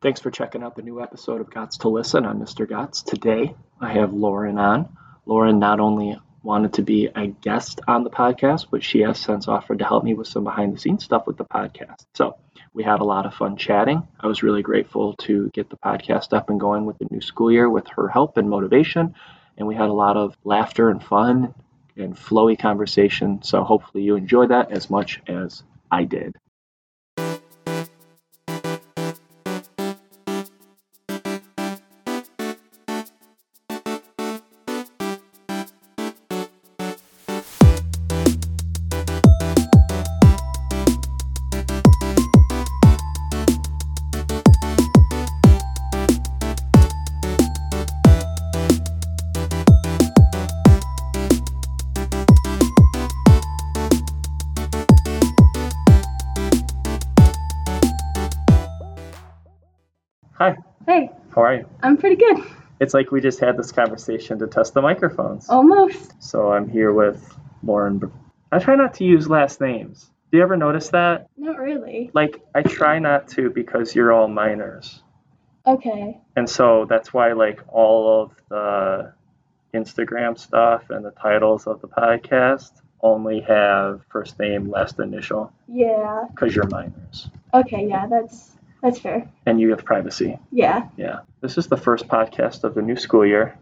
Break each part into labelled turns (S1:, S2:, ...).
S1: Thanks for checking out the new episode of Gots to Listen. I'm Mr. Gots. Today I have Lauren on. Lauren not only wanted to be a guest on the podcast, but she has since offered to help me with some behind the scenes stuff with the podcast. So we had a lot of fun chatting. I was really grateful to get the podcast up and going with the new school year with her help and motivation. And we had a lot of laughter and fun and flowy conversation. So hopefully you enjoyed that as much as I did. Hi,
S2: Hey,
S1: how are you?
S2: I'm pretty good.
S1: It's like we just had this conversation to test the microphones.
S2: Oh. Almost.
S1: So I'm here with Lauren. Br- I try not to use last names. Do you ever notice that?
S2: Not really.
S1: Like, I try not to because you're all minors.
S2: Okay.
S1: And so that's why, like, all of the Instagram stuff and the titles of the podcast only have first name, last initial,
S2: Yeah.
S1: because you're minors
S2: Okay, yeah, that's that's fair.
S1: and you have privacy.
S2: Yeah.
S1: Yeah. This is the first podcast of the new school year.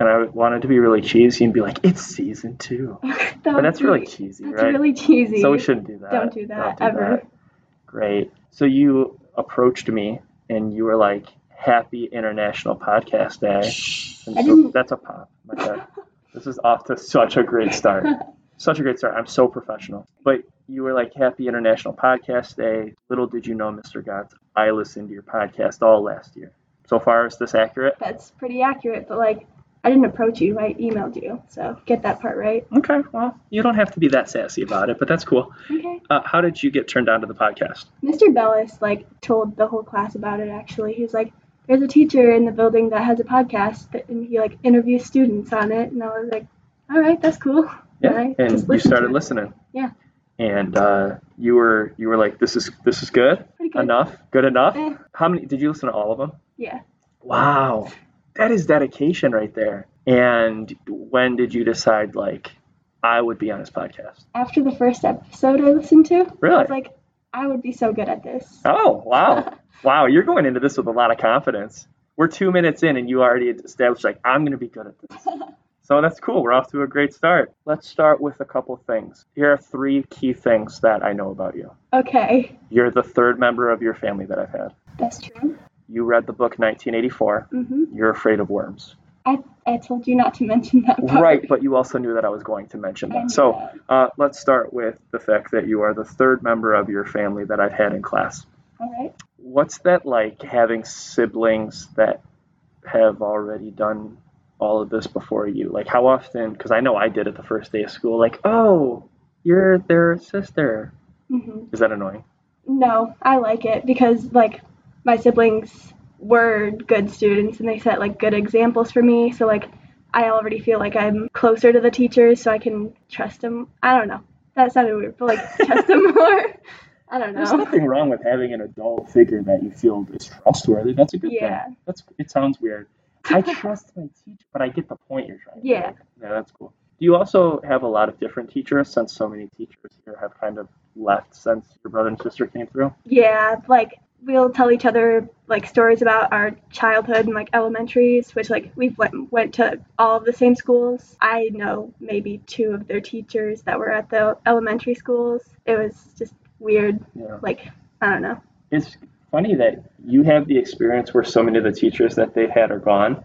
S1: And I wanted to be really cheesy and be like, it's season two.
S2: That
S1: But
S2: would
S1: that's
S2: be-
S1: really cheesy,
S2: That's
S1: right?
S2: really cheesy.
S1: So we shouldn't do that.
S2: Don't do
S1: Don't
S2: that
S1: do
S2: ever.
S1: that. Great. So you approached me and you were like, "Happy International Podcast Day." And
S2: I
S1: so-
S2: didn't-
S1: That's a pop. My bad. this is off to such a great start. Such a great start. I'm so professional. But you were like, "Happy International Podcast Day." Little did you know, Mr. Gotts, I listened to your podcast all last year. So far, is this accurate?
S2: That's pretty accurate, but like I didn't approach you, I emailed you. So get that part right.
S1: Okay. Well, you don't have to be that sassy about it, but that's cool.
S2: Okay.
S1: Uh, how did you get turned on to the podcast?
S2: Mr. Bellis like told the whole class about it actually. He was like, There's a teacher in the building that has a podcast that, and he like interviews students on it and I was like, All right, that's cool.
S1: Yeah,
S2: And I
S1: and
S2: just
S1: you
S2: listened to
S1: started
S2: it.
S1: listening.
S2: Yeah.
S1: And uh, you were you were like, this is this is good,
S2: Pretty good.
S1: enough, good enough.
S2: Eh.
S1: How many did you listen to all of them?
S2: Yeah.
S1: Wow, that is dedication right there. And when did you decide like I would be on his podcast?
S2: After the first episode I listened to, I
S1: Really?
S2: was like, I would be so good at this.
S1: oh wow, wow, you're going into this with a lot of confidence. We're two minutes in, and you already established like I'm gonna be good at this. So that's cool. We're off to a great start. Let's start with a couple things. Here are three key things that I know about you.
S2: okay,
S1: You're the third member of your family that I've had.
S2: that's true.
S1: You read the book 1984.
S2: hmm
S1: You're afraid of worms.
S2: I, I told you not to mention that part.
S1: Right, but you also knew that I was going to mention
S2: I knew
S1: that. So
S2: that.
S1: uh, let's start with the fact that you are the third member of your family that I've had in class.
S2: All right.
S1: What's that like having siblings that have already done all of this before you? Like, how often? Because I know I did it the first day of school, like, oh, you're their sister.
S2: hmm
S1: Is that annoying?
S2: No, I like it because, like, my siblings were good students and they set, like, good examples for me. So, like, I already feel like I'm closer to the teachers so I can trust them. I don't know. That sounded weird, but, like, trust them more. I don't
S1: There's
S2: know.
S1: nothing wrong with having an adult figure that you feel is trustworthy. That's a good
S2: Yeah.
S1: thing. That's it sounds weird. I trust my teacher, but I get the point you're trying. to
S2: Yeah.
S1: make. Yeah, that's cool. Do you also have a lot of different teachers since so many teachers here have kind of left since your brother and sister came through?
S2: Yeah, like we'll tell each other like stories about our childhood and like elementaries, which like we've went went to all of the same schools. I know maybe two of their teachers that were at the elementary schools. It was just weird.
S1: Yeah.
S2: Like I don't know.
S1: It's funny that you have the experience where so many of the teachers that they've had are gone.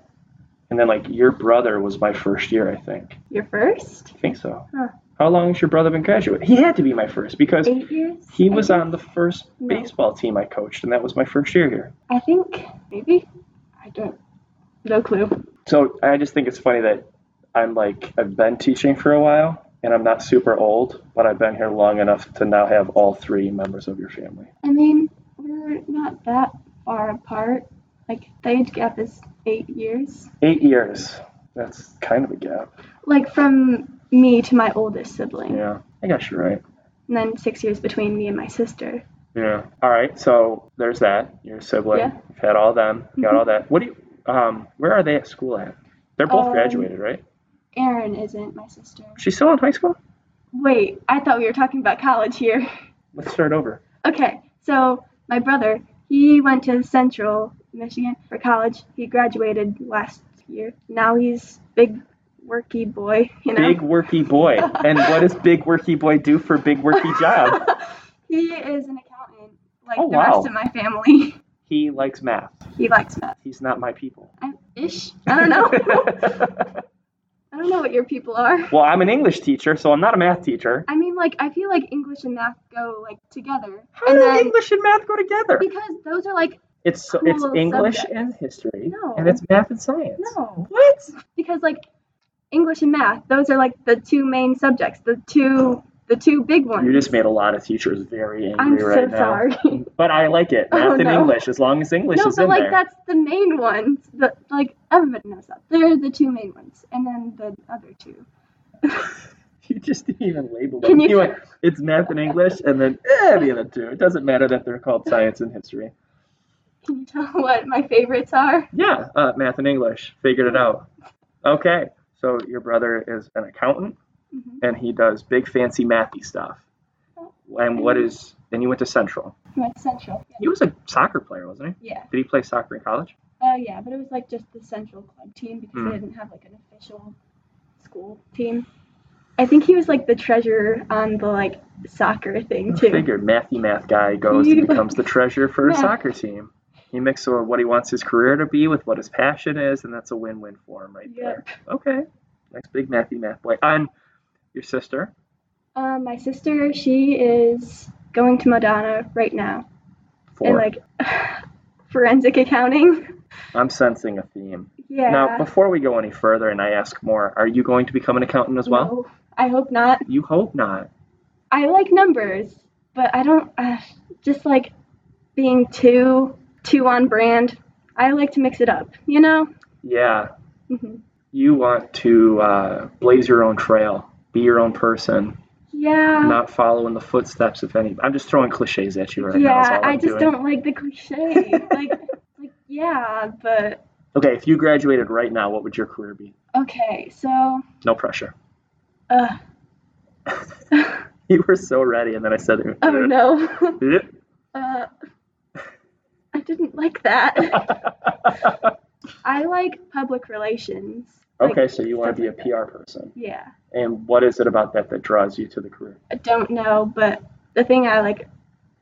S1: And then like your brother was my first year, I think.
S2: Your first
S1: I think so.
S2: Huh.
S1: How long has your brother been graduate? He had to be my first because
S2: eight years.
S1: He
S2: I
S1: was
S2: think?
S1: on the first
S2: No.
S1: baseball team I coached, and that was my first year here.
S2: I think maybe. I don't. No clue.
S1: So I just think it's funny that I'm like, I've been teaching for a while, and I'm not super old, but I've been here long enough to now have all three members of your family.
S2: I mean, we're not that far apart. Like the age gap is eight years.
S1: Eight years. That's kind of a gap.
S2: like from me to my oldest sibling
S1: Yeah, I guess you're right.
S2: and then six years between me and my sister
S1: Yeah. All right. So there's that. Your sibling.
S2: Yeah. Mm-hmm.
S1: You've had all them. You Got all that. What do you? Um, where are they at school at? They're both
S2: Um,
S1: graduated, right?
S2: Erin isn't my sister.
S1: She's still in high school.
S2: Wait, I thought we were talking about college here.
S1: Let's start over.
S2: Okay, so my brother, he went to Central Michigan for college. He graduated last year. Now he's big worky boy, you know.
S1: Big worky boy. and what does big worky boy do for big worky job?
S2: He is an accountant, like
S1: Oh,
S2: the
S1: wow.
S2: rest of my family.
S1: He likes math.
S2: he likes math.
S1: He's not my people.
S2: i ish. I don't know. I don't know what your people are.
S1: well, I'm an English teacher, so I'm not a math teacher.
S2: I mean, like I feel like English and math go like together,
S1: How
S2: and
S1: do
S2: then
S1: English and math go together?
S2: because those are like
S1: It's so, it's
S2: Cool
S1: English
S2: subject.
S1: and history,
S2: No.
S1: and it's math and science.
S2: no,
S1: What?
S2: because like English and math, those are like the two main subjects, the two the two big ones.
S1: You just made a lot of teachers very angry
S2: I'm so
S1: right now.
S2: sorry.
S1: But I like it.
S2: Oh,
S1: Math and
S2: no.
S1: English, as long as English
S2: no,
S1: is
S2: but
S1: in
S2: like
S1: there.
S2: that's the main ones. The, like everybody knows that. They're the two main ones, and then the other two.
S1: You just didn't even label them.
S2: Can you-
S1: went, it's math and English, and then eh, the other two. It doesn't matter that they're called science and history.
S2: Can you tell what my favorites are?
S1: Yeah, uh, math and English. Figured it out. Okay, so your brother is an accountant,
S2: Mhm.
S1: and he does big fancy mathy stuff. And what is? And you went to Central.
S2: My central. Yeah.
S1: He was a soccer player, wasn't he?
S2: Yeah.
S1: Did he play soccer in college?
S2: Uh, yeah, but it was like just the Central Club team because
S1: Hmm.
S2: they didn't have like an official school team. I think he was like the treasurer on the like soccer thing
S1: I
S2: too.
S1: figured mathy math guy goes
S2: He-
S1: and becomes the treasurer for a
S2: Yeah.
S1: soccer team. He mixes what he wants his career to be with what his passion is, and that's a win-win for him right
S2: Yep.
S1: there. Okay, next big mathy math boy. And your sister,
S2: Uh, my sister, she is going to Madonna right now
S1: four.
S2: and like forensic accounting.
S1: I'm sensing a theme.
S2: Yeah.
S1: Now, before we go any further, and I ask more, are you going to become an accountant as well?
S2: No, I hope not.
S1: You hope not.
S2: I like numbers, but I don't uh, just like being too too on brand. I like to mix it up, you know.
S1: Yeah,
S2: hmm
S1: you want to uh, blaze your own trail, be your own person,
S2: Yeah.
S1: not follow in the footsteps of any. I'm just throwing cliches at you right now. is
S2: yeah,
S1: all
S2: I
S1: I'm
S2: just
S1: doing.
S2: don't like the cliche. like, like, yeah, but
S1: Okay, if you graduated right now, what would your career be?
S2: okay. So,
S1: No pressure.
S2: uh,
S1: You were so ready, and then I said,
S2: oh no,
S1: no.
S2: uh, I didn't like that. I like public relations. Like,
S1: okay, so you want to be a
S2: stuff like
S1: PR person.
S2: that. Yeah,
S1: And what is it about that that draws you to the career?
S2: I don't know, but the thing I like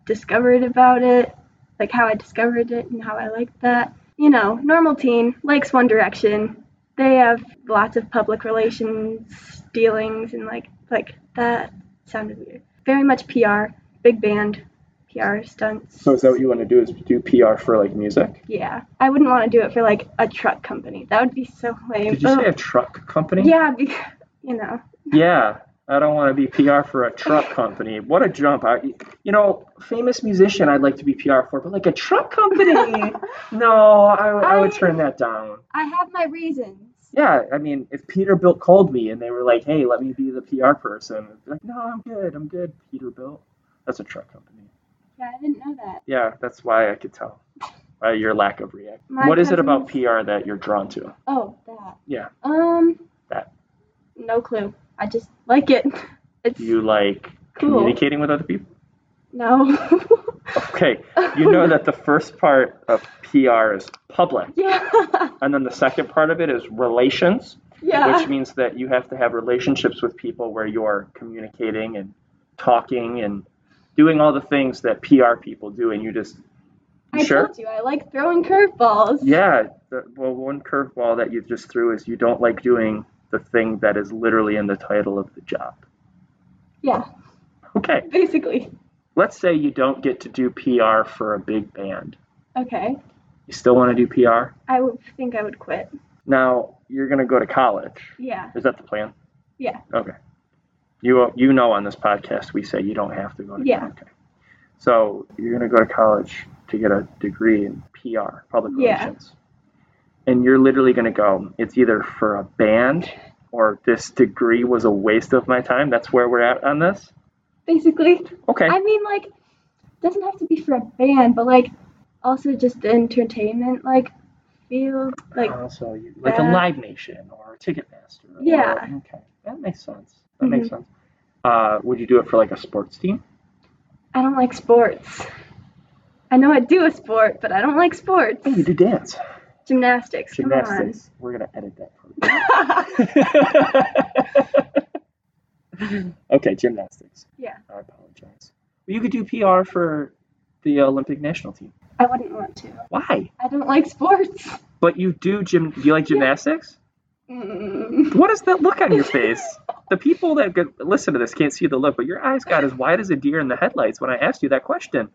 S2: discovered about it, like how I discovered it and how I liked that. You know, normal teen likes One Direction. They have lots of public relations dealings and like like that sounded weird. Very much PR, big band, PR stunts.
S1: So is that what you want to do? Is do PR for like music?
S2: yeah, I wouldn't want to do it for like a truck company. That would be so lame.
S1: Did you say
S2: Ugh.
S1: a truck company?
S2: yeah, because you know.
S1: Yeah. I don't want to be PR for a truck company. What a jump! I, you know, famous musician I'd like to be PR for, but like a truck company? no, I, I would
S2: I-
S1: turn that down.
S2: I have my reasons.
S1: Yeah, I mean, if Peterbilt called me and they were like, "Hey, let me be the PR person," I'd be like, "No, I'm good. I'm good." Peterbilt, that's a truck company.
S2: Yeah, I didn't know that.
S1: Yeah, that's why I could tell by your lack of react.
S2: My
S1: what is it about
S2: cousins-
S1: PR that you're drawn to?
S2: Oh, that.
S1: Yeah.
S2: Um.
S1: That.
S2: No clue. I just like it. It's
S1: Do you like
S2: Cool.
S1: communicating with other people?
S2: no.
S1: Okay, you know that the first part of PR is public,
S2: yeah.
S1: and then the second part of it is relations,
S2: Yeah.
S1: which means that you have to have relationships with people where you're communicating and talking and doing all the things that PR people do, and you just
S2: I
S1: sure?
S2: told you I like throwing curveballs.
S1: Yeah, the, well, one curveball that you just threw is you don't like doing the thing that is literally in the title of the job.
S2: Yeah.
S1: Okay,
S2: Basically.
S1: let's say you don't get to do PR for a big band.
S2: Okay.
S1: You still want to do PR?
S2: I would think I would quit.
S1: Now you're gonna go to college.
S2: Yeah.
S1: Is that the plan?
S2: Yeah.
S1: Okay. You you know on this podcast we say you don't have to go to
S2: Yeah.
S1: Okay. So you're gonna go to college to get a degree in PR, public
S2: Yeah.
S1: relations. And you're literally gonna go. It's either for a band or this degree was a waste of my time. That's where we're at on this.
S2: Basically.
S1: Okay.
S2: I mean, like, doesn't have to be for a band, but like also just the entertainment like field. Like
S1: Uh, so you, like a
S2: that.
S1: Live Nation or Ticketmaster. or-
S2: Yeah. Mm-hmm.
S1: okay, that makes sense. That makes sense. Uh, would you do it for like a sports team?
S2: I don't like sports. I know I do a sport, but I don't like sports.
S1: Oh, you do dance.
S2: Gymnastics. come on.
S1: Gymnastics. We're gonna edit that. Part. okay, gymnastics.
S2: Yeah.
S1: I apologize. You could do PR for the Olympic national team.
S2: I wouldn't want to.
S1: Why?
S2: I don't like sports.
S1: But you do gym. Do you like gymnastics?
S2: Mm.
S1: What is that look on your face? The people that g- listen to this can't see the look, but your eyes got as wide as a deer in the headlights when I asked you that question.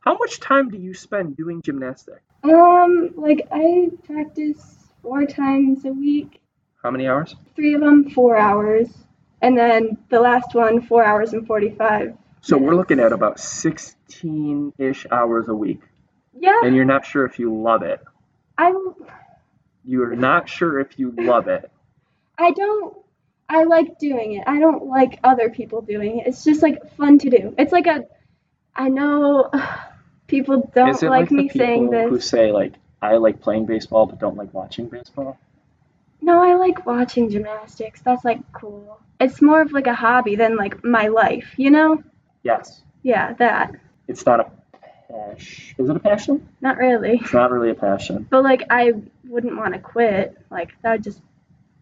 S1: How much time do you spend doing gymnastics?
S2: Um, like I practice four times a week,
S1: How many hours?
S2: three of them four hours, and then the last one four hours and forty-five.
S1: So we're looking at about 16 ish hours a week,
S2: Yeah,
S1: and you're not sure if you love it.
S2: I
S1: You're not sure if you love it.
S2: I don't I like doing it. I don't like other people doing it. It's just like fun to do. It's like a I know people don't
S1: Is it
S2: like,
S1: the
S2: me saying
S1: people
S2: this.
S1: who say like I like playing baseball but don't like watching baseball?
S2: No, I like watching gymnastics. That's like cool. It's more of like a hobby than like my life, you know?
S1: Yes,
S2: Yeah, that.
S1: it's not a passion. Is it a passion?
S2: Not really.
S1: It's not really a passion.
S2: But like I wouldn't want to quit. Like that would just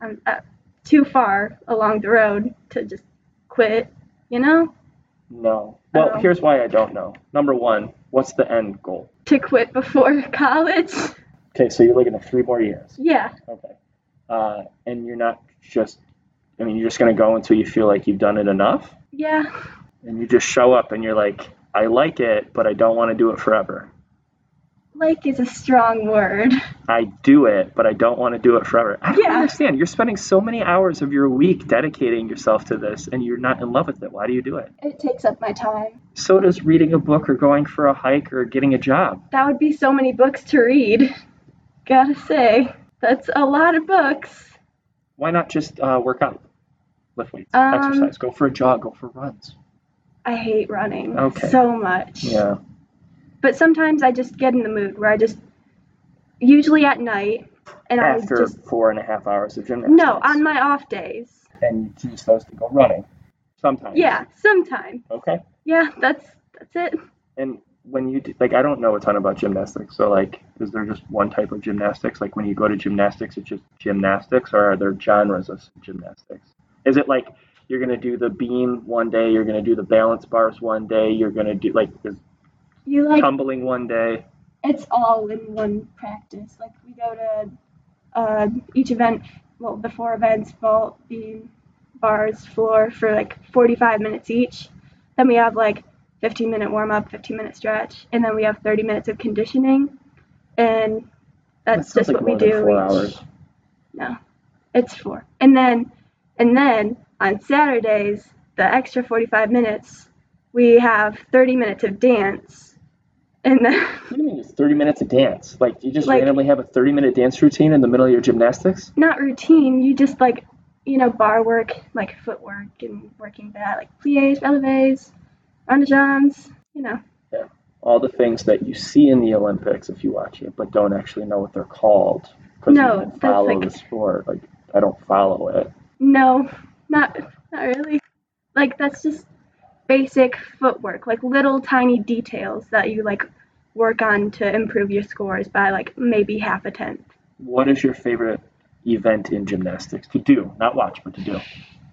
S2: I'm uh, too far along the road to just quit, you know?
S1: No. Well,
S2: Oh.
S1: here's why I don't know. Number one, what's the end goal?
S2: To quit before college.
S1: Okay, so you're looking at three more years.
S2: Yeah.
S1: Okay. Uh, and you're not just, I mean, you're just going to go until you feel like you've done it enough.
S2: Yeah.
S1: And you just show up and you're like, I like it, but I don't want to do it forever.
S2: Like is a strong word.
S1: I do it, but I don't want to do it forever. I don't
S2: Yeah.
S1: understand. You're spending so many hours of your week dedicating yourself to this and you're not in love with it. Why do you do it?
S2: It takes up my time.
S1: So does reading a book or going for a hike or getting a job.
S2: That would be so many books to read. Gotta say, that's a lot of books.
S1: Why not just uh, work out? Lift weights,
S2: Um,
S1: exercise, go for a jog, go for runs.
S2: I hate running
S1: Okay.
S2: so much.
S1: Yeah.
S2: But sometimes I just get in the mood where I just, usually at night, and
S1: After
S2: I just,
S1: four and a half hours of gymnastics.
S2: no, on my off days.
S1: and you choose those to go running sometimes.
S2: Yeah, sometime.
S1: Okay.
S2: Yeah, that's that's it.
S1: And when you do, like, I don't know a ton about gymnastics. So, like, is there just one type of gymnastics? Like, when you go to gymnastics, it's just gymnastics, or are there genres of gymnastics? Is it like you're gonna do the beam one day, you're gonna do the balance bars one day, you're gonna do like the
S2: You like
S1: tumbling one day?
S2: it's all in one practice. Like we go to uh, each event, well, the four events, vault, beam, bars, floor for like 45 minutes each. Then we have like 15 minute warm up, 15 minute stretch, and then we have 30 minutes of conditioning, and that's
S1: That
S2: just
S1: sounds like
S2: what we
S1: more than
S2: do.
S1: Four
S2: each-
S1: hours.
S2: No, it's four. And then, and then on Saturdays, the extra 45 minutes, we have 30 minutes of dance, and then.
S1: What do you mean it's 30 minutes of dance? Like, you just
S2: Like-
S1: randomly have a 30 minute dance routine in the middle of your gymnastics?
S2: not routine. You just like, you know, bar work, like footwork and working that, like plies, relevés, rondejons, you know.
S1: All the things that you see in the Olympics if you watch it, but don't actually know what they're called. Because
S2: No,
S1: you don't
S2: that's
S1: follow
S2: like-
S1: the sport. Like, I don't follow it.
S2: No, not not really. Like that's just basic footwork, like little tiny details that you like work on to improve your scores by like maybe half a tenth.
S1: What is your favorite event in gymnastics to do? Not watch, but to do.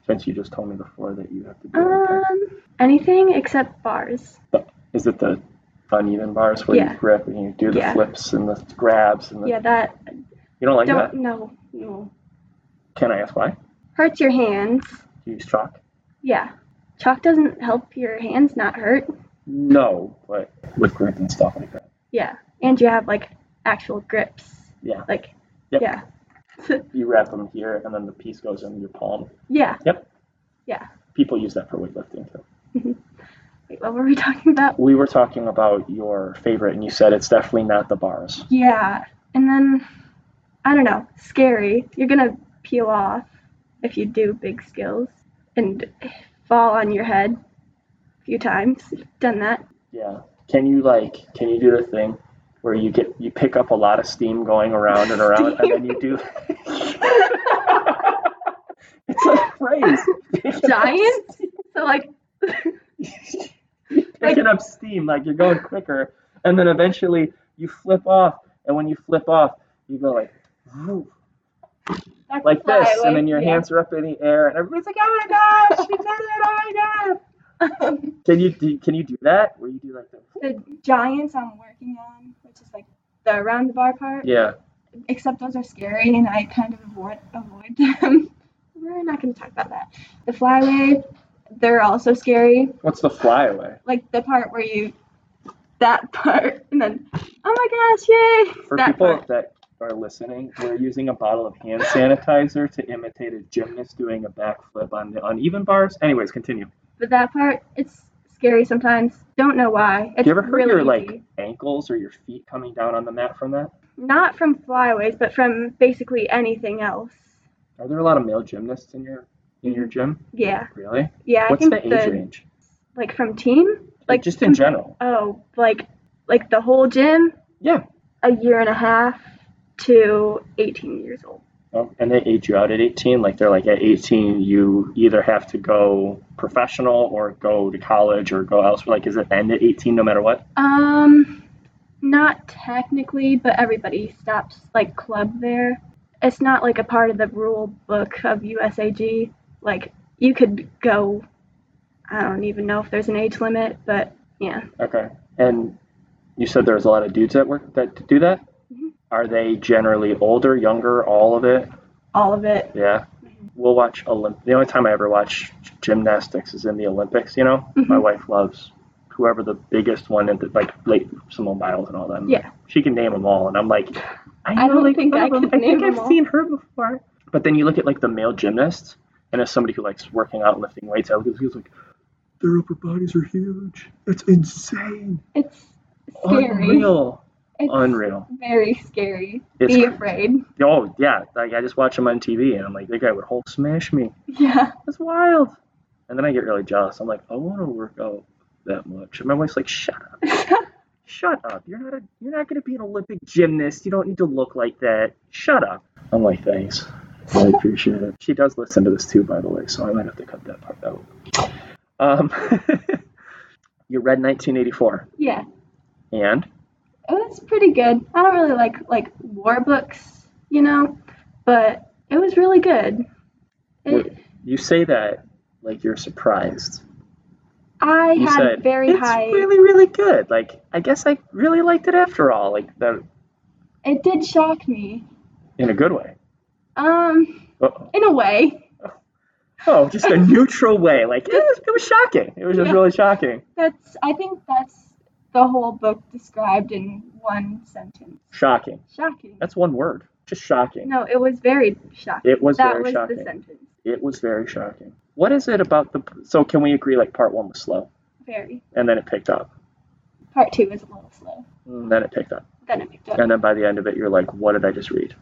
S1: Since you just told me before that you have to do
S2: Um,
S1: Olympics.
S2: anything except bars.
S1: Is it the uneven bars where
S2: yeah.
S1: you grip and you do the
S2: Yeah.
S1: flips and the grabs and the.
S2: Yeah, that
S1: You don't like
S2: don't
S1: that?
S2: no no
S1: Can I ask why?
S2: hurts your hands.
S1: You use chalk?
S2: Yeah, chalk doesn't help your hands not hurt.
S1: No, but with grip and stuff like that.
S2: Yeah, and you have like actual grips.
S1: Yeah.
S2: Like,
S1: Yep.
S2: yeah,
S1: You wrap them here and then the piece goes in your palm.
S2: yeah.
S1: People use that for weightlifting too.
S2: Wait, what were we talking about?
S1: We were talking about your favorite and you said it's definitely not the bars.
S2: Yeah, and then I don't know. Scary. You're gonna peel off if you do big skills and fall on your head a few times. Done that.
S1: Yeah. Can you like can you do the thing where you get you pick up a lot of steam going around and around and then you do It's a phrase. Picking up
S2: Giant? So like
S1: picking up steam, like you're going quicker, and then eventually you flip off, and when you flip off, you go like, "Whew,"
S2: that's
S1: like
S2: a fly,
S1: this, and then your
S2: yeah.
S1: hands are up in the air, and everybody's like, "Oh my gosh, you did it! Oh my god!" Can you do, can you do that? Where you do like the
S2: the giants I'm working on, which is like the around the bar part.
S1: yeah,
S2: Except those are scary, and I kind of avoid avoid them. We're not going to talk about that. The flyway, they're also scary.
S1: what's the flyaway
S2: Like the part where you, that part, and then, oh my gosh, yay!
S1: for
S2: that
S1: people
S2: part.
S1: that are listening? We're using a bottle of hand sanitizer to imitate a gymnast doing a backflip on the uneven bars. Anyways, continue.
S2: But that part, it's scary sometimes. Don't know why. It's
S1: you ever hurt
S2: really
S1: your
S2: easy.
S1: like ankles or your feet coming down on the mat from that?
S2: Not from flyways, but from basically anything else.
S1: Are there a lot of male gymnasts in your in your gym?
S2: Yeah,
S1: Really?
S2: yeah. I
S1: What's
S2: think
S1: the age range?
S2: like from team, like
S1: just in
S2: com-
S1: general.
S2: Oh, like like the whole gym?
S1: Yeah.
S2: A year and a half to 18 years old.
S1: Oh, and they age you out at 18. Like they're like at 18, you either have to go professional or go to college or go elsewhere. Like, is it end at 18 no matter what?
S2: Um not technically, but everybody stops like club there. It's not like a part of the rule book of USAG. Like you could go I don't even know if there's an age limit, but yeah.
S1: Okay. And you said there's a lot of dudes that work that do that.
S2: Mhm.
S1: Are they generally older, younger, all of it?
S2: All of it.
S1: Yeah.
S2: Mhm.
S1: We'll watch Olymp. The only time I ever watch gymnastics is in the Olympics. You know,
S2: Mhm.
S1: my wife loves whoever the biggest one at the, like late Simone Biles and all them.
S2: Yeah.
S1: She can name them all, and I'm like, I,
S2: I
S1: know,
S2: don't
S1: like,
S2: think
S1: one
S2: I
S1: of 'em.
S2: could
S1: I think
S2: name 'em
S1: I've
S2: all.
S1: seen her before. But then you look at like the male gymnasts, and as somebody who likes working out, and lifting weights, I look at these like, their upper bodies are huge. It's insane.
S2: It's scary.
S1: Unreal.
S2: It's
S1: Unreal.
S2: very scary.
S1: It's
S2: Be
S1: cr-
S2: afraid.
S1: Oh yeah, like I just watch them on TV, and I'm like, that guy would Hulk smash me.
S2: Yeah.
S1: That's wild. And then I get really jealous. I'm like, I want to work out that much. And my wife's like, shut up, shut up. You're not a, you're not gonna be an Olympic gymnast. You don't need to look like that. Shut up. I'm like, thanks. I appreciate it. She does listen to this too, by the way. So I might have to cut that part out. Um, you read 1984,
S2: yeah.
S1: and
S2: it was pretty good. I don't really like like war books, you know, but it was really good. It,
S1: you say that like you're surprised.
S2: I
S1: You
S2: had
S1: said
S2: very
S1: it's
S2: high.
S1: really, really good. Like I guess I really liked it after all. Like the
S2: It did shock me,
S1: in a good way.
S2: um,
S1: Uh-oh.
S2: in a way.
S1: Oh, just a neutral way. Like it was, it was shocking. It was just
S2: Yeah.
S1: really shocking.
S2: That's I think that's the whole book described in one sentence.
S1: Shocking.
S2: Shocking.
S1: That's one word. Just shocking.
S2: no, it was very shocking.
S1: It was
S2: that
S1: very
S2: was the
S1: shocking.
S2: sentence.
S1: It was very shocking. What is it about the? So can we agree? Like part one was slow,
S2: Very.
S1: and then it picked up,
S2: Part two was a little slow.
S1: and then it picked up,
S2: Then it picked up.
S1: and then by the end of it, you're like, what did I just read?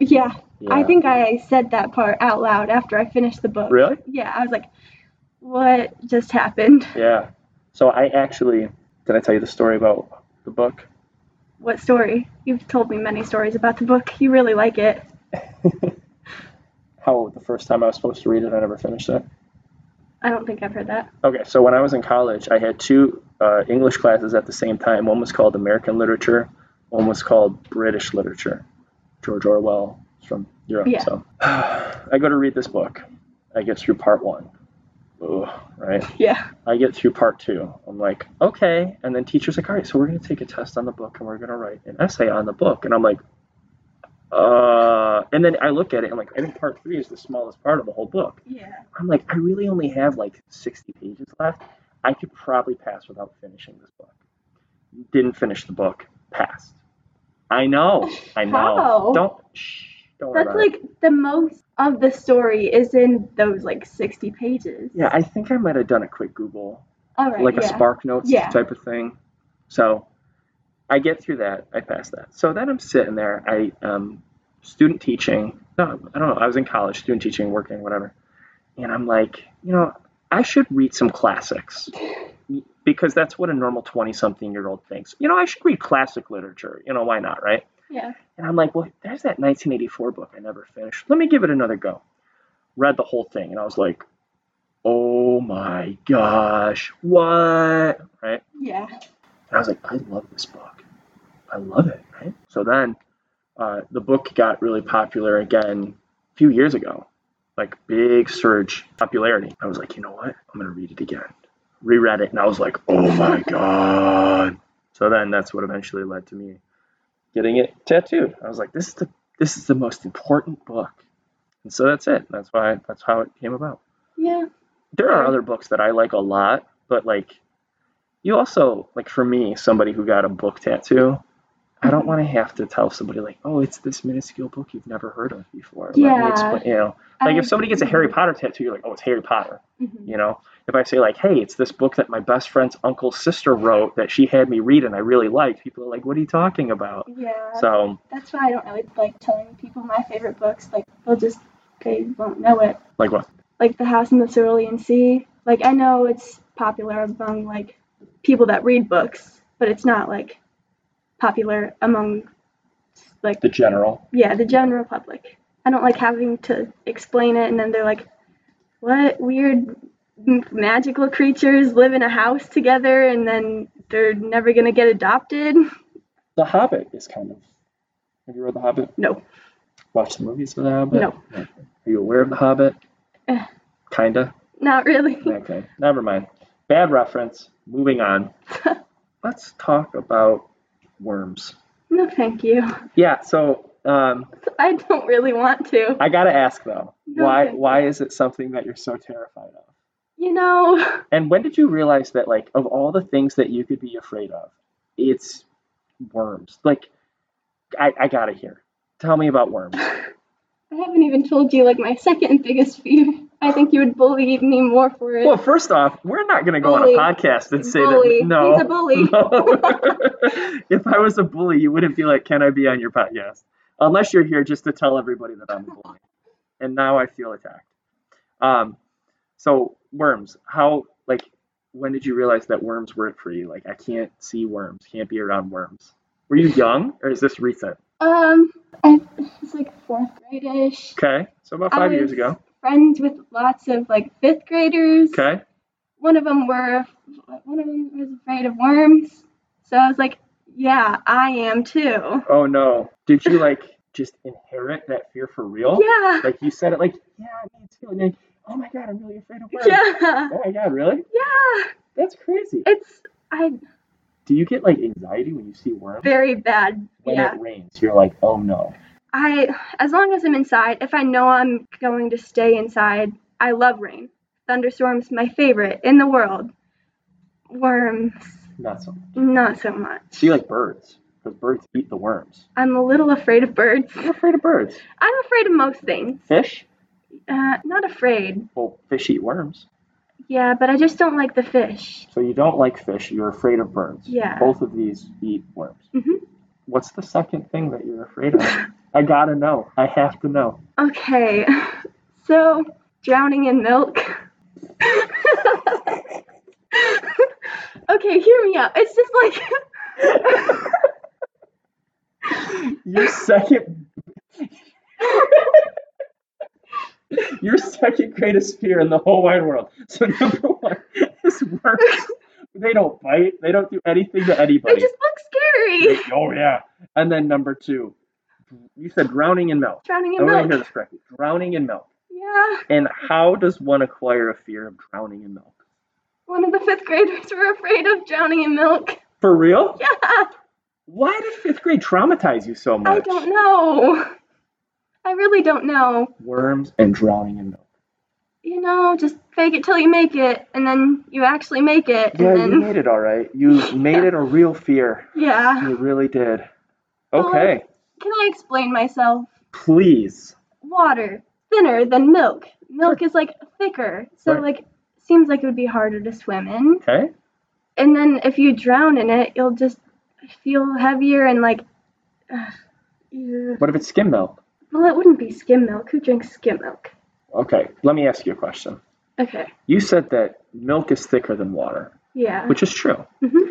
S2: Yeah, I
S1: Yeah.
S2: think I said that part out loud after I finished the book.
S1: Really?
S2: Yeah, I was like, what just happened?
S1: Yeah. So I actually did I tell you the story about the book?
S2: What story? You've told me many stories about the book. You really like it.
S1: How the first time I was supposed to read it, I never finished it.
S2: I don't think I've heard that.
S1: Okay, so when I was in college, I had two uh, English classes at the same time. One was called American Literature, one was called British Literature. George Orwell is from Europe,
S2: Yeah.
S1: so I go to read this book. I get through part one. Ugh, right?
S2: Yeah.
S1: I get through part two. I'm like, okay. And then teacher's like, all right, so we're going to take a test on the book and we're going to write an essay on the book. And I'm like, uh, and then I look at it and like, I think part three is the smallest part of the whole book.
S2: Yeah.
S1: I'm like, I really only have like 60 pages left. I could probably pass without finishing this book. Didn't finish the book, passed. I know, I know.
S2: How?
S1: Don't, shh, don't worry
S2: That's
S1: about it.
S2: like the most of the story is in those like 60 pages.
S1: Yeah, I think I might have done a quick Google,
S2: All right.
S1: like
S2: yeah.
S1: a Spark Notes
S2: Yeah.
S1: type of thing. So I get through that, I pass that. So then I'm sitting there, I um, student teaching. No, I don't know. I was in college, student teaching, working, whatever. And I'm like, you know, I should read some classics. because that's what a normal 20 something year old thinks. You know, I should read classic literature. You know, why not, right?
S2: Yeah.
S1: And I'm like, well, there's that 1984 book I never finished. Let me give it another go. Read the whole thing, and I was like, oh my gosh, what? Right?
S2: Yeah.
S1: And I was like, I love this book. I love it, right? So then uh, the book got really popular again a few years ago, like big surge popularity. I was like, you know what? I'm going to read it again. Reread it, and I was like, oh my God. So then that's what eventually led to me getting it tattooed. I was like, this is the this is the most important book. And so that's it. That's why that's how it came about.
S2: Yeah.
S1: There are
S2: Yeah.
S1: other books that I like a lot, but like you also like for me, somebody who got a book tattoo, I don't want to have to tell somebody like, "Oh, it's this minuscule book you've never heard of before." Let me
S2: Yeah.
S1: explain, you know. Like if somebody gets a Harry Potter tattoo, you're like, "Oh, it's Harry Potter."
S2: Mhm.
S1: You know, if I say like, "Hey, it's this book that my best friend's uncle's sister wrote that she had me read and I really liked," people are like, "What are you talking about?"
S2: Yeah.
S1: So,
S2: That's why I don't really like telling people my favorite books. Like they'll just they won't know it.
S1: like, what?
S2: Like The House in the Cerulean Sea. Like I know it's popular among like people that read books, but it's not like popular among like
S1: The general.
S2: yeah the general public. I don't like having to explain it, and then they're like, "What weird m- magical creatures live in a house together, and then they're never gonna get adopted?"
S1: The Hobbit is kind of. Have you read The Hobbit?
S2: No.
S1: Watched the movies of The Hobbit?
S2: No.
S1: Are you aware of The Hobbit?
S2: Eh.
S1: Kinda.
S2: Not really.
S1: Okay. Never mind. Bad reference. Moving on. Let's talk about worms.
S2: No, thank you.
S1: Yeah. So um,
S2: I don't really want to.
S1: I gotta ask though,
S2: No,
S1: why
S2: thank you.
S1: why is it something that you're so terrified of?
S2: You know,
S1: And when did you realize that, like, of all the things that you could be afraid of, it's worms? Like, I, I gotta hear. Tell me about worms.
S2: I haven't even told you like my second biggest fear. I think you would bully me more for it.
S1: Well, first off, we're not going to go
S2: Bully.
S1: on a podcast and say
S2: bully.
S1: that. No.
S2: He's a bully.
S1: No. if I was a bully, you wouldn't be like, "Can I be on your podcast?" Unless you're here just to tell everybody that I'm a bully. and now I feel attacked. Um, so worms. How like when did you realize that worms were it for you? Like I can't see worms. Can't be around worms. Were you young or is this recent?
S2: Um, I it's like fourth grade-ish.
S1: Okay, so about
S2: I
S1: five years
S2: was
S1: ago.
S2: Friends with lots of like fifth graders.
S1: Okay,
S2: One of them were one of them was afraid of worms. So I was like, yeah, I am too.
S1: Oh no. Did you like just inherit that fear for real?
S2: Yeah.
S1: Like you said it like, yeah, me too. And then, oh my god, I'm really afraid of worms.
S2: Yeah.
S1: Oh my god, really?
S2: Yeah.
S1: That's crazy.
S2: It's I
S1: Do you get like anxiety when you see worms?
S2: very bad.
S1: when
S2: yeah.
S1: it rains, you're like, oh no.
S2: I, as long as I'm inside, if I know I'm going to stay inside, I love rain. Thunderstorms, my favorite in the world. Worms,
S1: Not so much.
S2: not so much.
S1: So you like birds. Because birds eat the worms.
S2: I'm a little afraid of birds.
S1: You're afraid of birds.
S2: I'm afraid of most things.
S1: Fish?
S2: Uh, not afraid,
S1: Well, fish eat worms.
S2: yeah, but I just don't like the fish.
S1: So you don't like fish, you're afraid of birds.
S2: Yeah.
S1: Both of these eat worms.
S2: Mhm.
S1: What's the second thing that you're afraid of? I gotta know. I have to know.
S2: Okay, so drowning in milk. okay, hear me out. It's just like.
S1: Your second. Your second greatest fear in the whole wide world. So number one is worms. They don't bite. They don't do anything to
S2: They
S1: anybody.
S2: just look scary.
S1: oh yeah. And then number two, you said drowning in milk.
S2: Drowning
S1: I
S2: in
S1: want to hear
S2: milk.
S1: this correctly. Drowning in milk.
S2: Yeah.
S1: And how does one acquire a fear of drowning in milk?
S2: One of the fifth graders were afraid of drowning in milk.
S1: For real?
S2: Yeah,
S1: Why did fifth grade traumatize you so much?
S2: I don't know. I really don't know.
S1: Worms and drowning in milk.
S2: You know, just fake it till you make it, and then you actually make it,
S1: Yeah,
S2: and
S1: you
S2: then
S1: made it all right. You made it a real fear.
S2: yeah.
S1: You really did.
S2: Well,
S1: Okay,
S2: Can I explain myself?
S1: please.
S2: Water thinner than milk. Milk is like thicker, so
S1: Right.
S2: like seems like it would be harder to swim in.
S1: Okay.
S2: And then if you drown in it, you'll just feel heavier and like. ugh, yeah.
S1: What if it's skim milk?
S2: Well, it wouldn't be skim milk. Who drinks skim milk?
S1: Okay, let me ask you a question.
S2: Okay.
S1: You said that milk is thicker than water.
S2: Yeah.
S1: which is true.
S2: Mhm.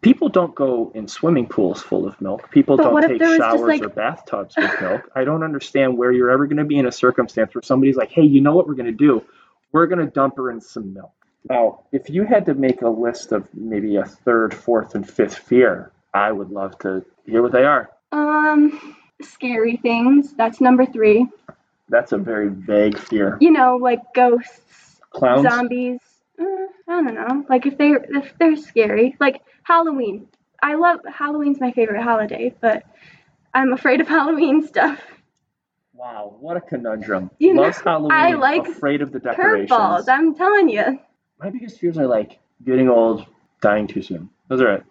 S1: People don't go in swimming pools full of milk. People
S2: But
S1: don't
S2: what if
S1: take
S2: there was just,
S1: showers
S2: like-
S1: or bathtubs with milk. I don't understand where you're ever going to be in a circumstance where somebody's like, hey, you know what we're going to do? We're going to dump her in some milk. Now, if you had to make a list of maybe a third, fourth, and fifth fear, I would love to hear what they are.
S2: Um, scary things. That's number three.
S1: That's a very vague fear.
S2: You know, like ghosts,
S1: Clowns?
S2: zombies. Uh, I don't know. Like if they if they're scary, like Halloween. I love Halloween's my favorite holiday, but I'm afraid of Halloween stuff.
S1: Wow, what a conundrum.
S2: You know,
S1: Loves Halloween,
S2: I like
S1: afraid of the decorations.
S2: Curveballs. I'm telling you.
S1: My biggest fears are like getting old, dying too soon. Those are it.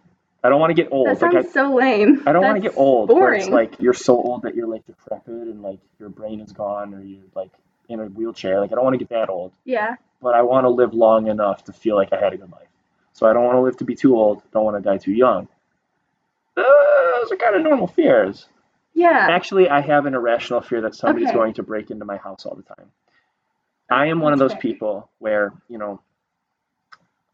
S1: I don't want to get old.
S2: That
S1: like
S2: sounds so lame.
S1: I, I don't want
S2: want
S1: to get old. Where
S2: Boring.
S1: it's like you're so old that you're like decrepit and like your brain is gone or you're like in a wheelchair. Like I don't want to get that old,
S2: yeah.
S1: but I want to live long enough to feel like I had a good life. So I don't want to live to be too old. Don't want to die too young. Those are kind of normal fears.
S2: Yeah.
S1: Actually, I have an irrational fear that somebody's
S2: Okay.
S1: going to break into my house all the time. I am one of
S2: That's
S1: those
S2: fair.
S1: people where, you know,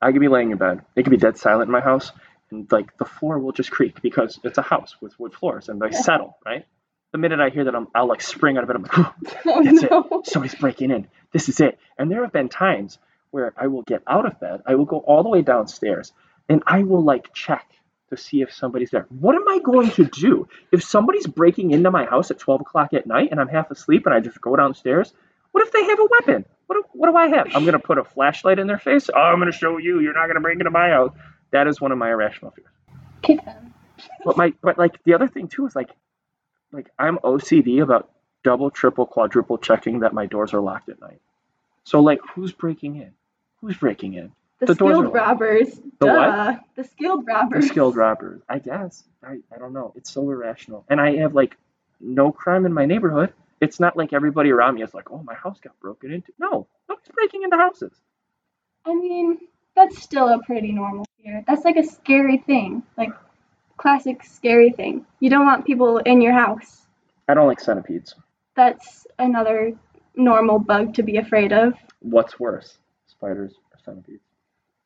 S1: I could be laying in bed. It could be dead silent in my house, and like the floor will just creak because it's a house with wood floors and they
S2: Yeah.
S1: settle, right? The minute I hear that, I'm, I'll like spring out of bed. I'm like, "Whew,
S2: Oh
S1: that's
S2: no.
S1: it. Somebody's breaking in. This is it. And there have been times where I will get out of bed, I will go all the way downstairs, and I will like check to see if somebody's there. What am I going to do if somebody's breaking into my house at 12 o'clock at night and I'm half asleep and I just go downstairs? What if they have a weapon? What do, what do I have? I'm going to put a flashlight in their face. Oh, I'm going to show you. You're not going to break into my house. That is one of my irrational fears
S2: Kick them.
S1: but my but like the other thing too is like like I'm OCD about double, triple, quadruple checking that my doors are locked at night. So like who's breaking in? Who's breaking in?
S2: The,
S1: The doors are
S2: skilled
S1: locked.
S2: robbers.
S1: The what?
S2: Duh. The skilled
S1: The
S2: robbers.
S1: skilled robbers. I guess. I, I don't know. It's so irrational. And I have like no crime in my neighborhood. It's not like everybody around me is like, oh my house got broken into. No, nobody's breaking into houses.
S2: I mean, that's still a pretty normal fear. That's like a scary thing, like classic scary thing. You don't want people in your house.
S1: I don't like centipedes.
S2: That's another normal bug to be afraid of.
S1: What's worse? Spiders or centipedes?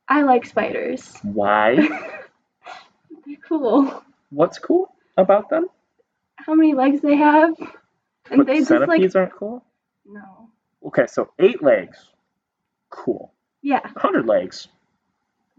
S2: I like spiders.
S1: Why?
S2: They're cool.
S1: What's cool about them?
S2: How many legs they have? And
S1: But
S2: they just like
S1: centipedes aren't cool?
S2: no.
S1: Okay, so eight legs. Cool.
S2: Yeah.
S1: 100 legs.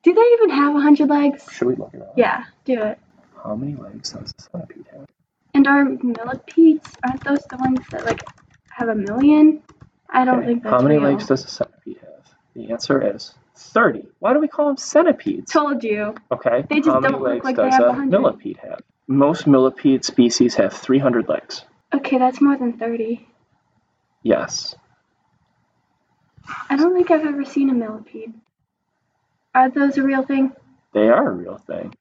S2: Do they even have a hundred legs?
S1: Should we look it up?
S2: Yeah, do it.
S1: How many legs does a centipede have?
S2: And our millipedes aren't those the ones that like have a million? I don't
S1: Okay,
S2: think that's
S1: How many
S2: real.
S1: legs does a centipede have? The answer is 30. Why do we call them centipedes?
S2: Told you.
S1: okay.
S2: They just
S1: How many
S2: don't look
S1: legs
S2: like they
S1: does
S2: have
S1: a
S2: 100.
S1: millipede have? Most millipede species have 300 legs.
S2: Okay, that's more than thirty.
S1: Yes.
S2: I don't think I've ever seen a millipede. Are those a real thing?
S1: They are a real thing.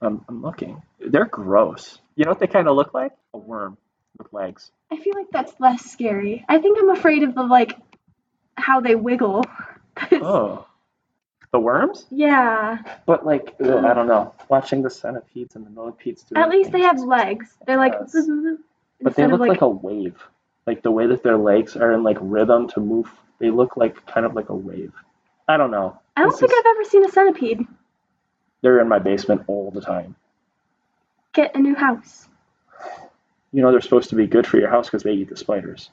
S1: I'm, I'm looking. They're gross. You know what they kind of look like? A worm with legs.
S2: I feel like that's less scary. I think I'm afraid of the like how they wiggle.
S1: Oh. The worms?
S2: yeah.
S1: But like, ugh, I don't know. Watching the centipedes and the millipedes do.
S2: At least they
S1: things
S2: have
S1: is-
S2: legs. They're like
S1: Yes.
S2: "Zzz, zzz, zzz,"
S1: But they
S2: instead of,
S1: look like, a wave. Like the way that their legs are in like rhythm to move, they look like kind of like a wave. I don't know.
S2: I don't
S1: This
S2: think
S1: is-
S2: I've e- ever seen a centipede
S1: They're in my basement all the time.
S2: get a new house.
S1: You know they're supposed to be good for your house because they eat the spiders.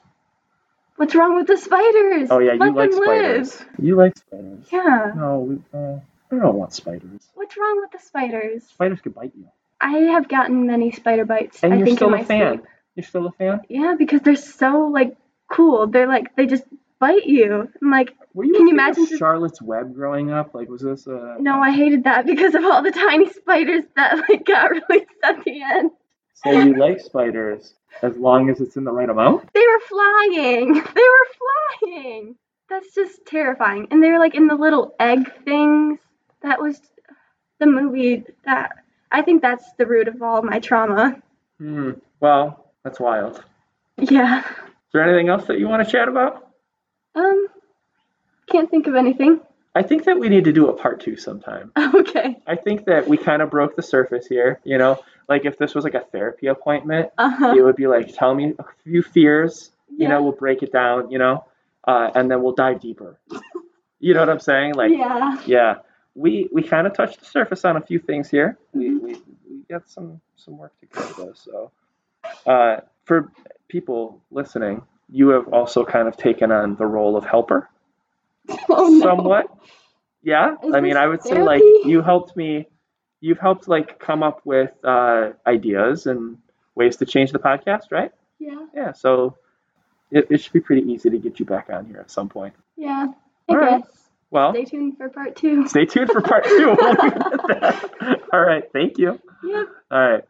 S2: What's wrong with the spiders?
S1: Oh yeah, you
S2: Let
S1: like
S2: them
S1: spiders.
S2: live.
S1: You like spiders.
S2: Yeah.
S1: No, we, uh, I don't want spiders.
S2: What's wrong with the spiders?
S1: Spiders could bite you.
S2: I have gotten many spider bites.
S1: And
S2: I
S1: you're
S2: think
S1: still
S2: in
S1: a
S2: my
S1: fan.
S2: sleep.
S1: You're still a fan.
S2: Yeah, because they're so like cool. They're like they just bite you. I'm like,
S1: Were you?
S2: Can
S1: a
S2: you
S1: fan of
S2: imagine just-
S1: Charlotte's Web growing up? Like, was this a?
S2: no, I hated that because of all the tiny spiders that like got released at the end.
S1: So you like spiders as long as it's in the right amount?
S2: They were flying. They were flying. That's just terrifying. And they were like in the little egg things. That was the movie that I think that's the root of all my trauma.
S1: Hmm. Well, that's wild. Is
S2: Yeah.
S1: there anything else that you want to chat about?
S2: Um can't think of anything.
S1: I think that we need to do a part two sometime.
S2: Okay.
S1: I think that we kind of broke the surface here. You know, like if this was like a therapy appointment,
S2: Uh-huh.
S1: it would be like, tell me a few fears. You
S2: Yeah.
S1: know, we'll break it down. You know, uh, and then we'll dive deeper. you know what I'm saying? Like,
S2: yeah.
S1: yeah. we we kind of touched the surface on a few things here. We we, we got some some work to go though. So uh, for people listening, you have also kind of taken on the role of helper
S2: Oh, no.
S1: somewhat. Yeah,
S3: Is
S1: I mean,
S3: this
S1: I would say like
S3: therapy?
S1: you helped me. You've helped like come up with uh, ideas and ways to change the podcast, right?
S2: Yeah.
S1: Yeah, so it, it should be pretty easy to get you back on here at some point.
S2: Yeah.
S3: I
S1: All right.
S3: guess.
S1: Well,
S2: Stay tuned for part two.
S1: stay tuned for part two. We'll leave it at that. All right, thank you.
S2: Yep.
S1: All right.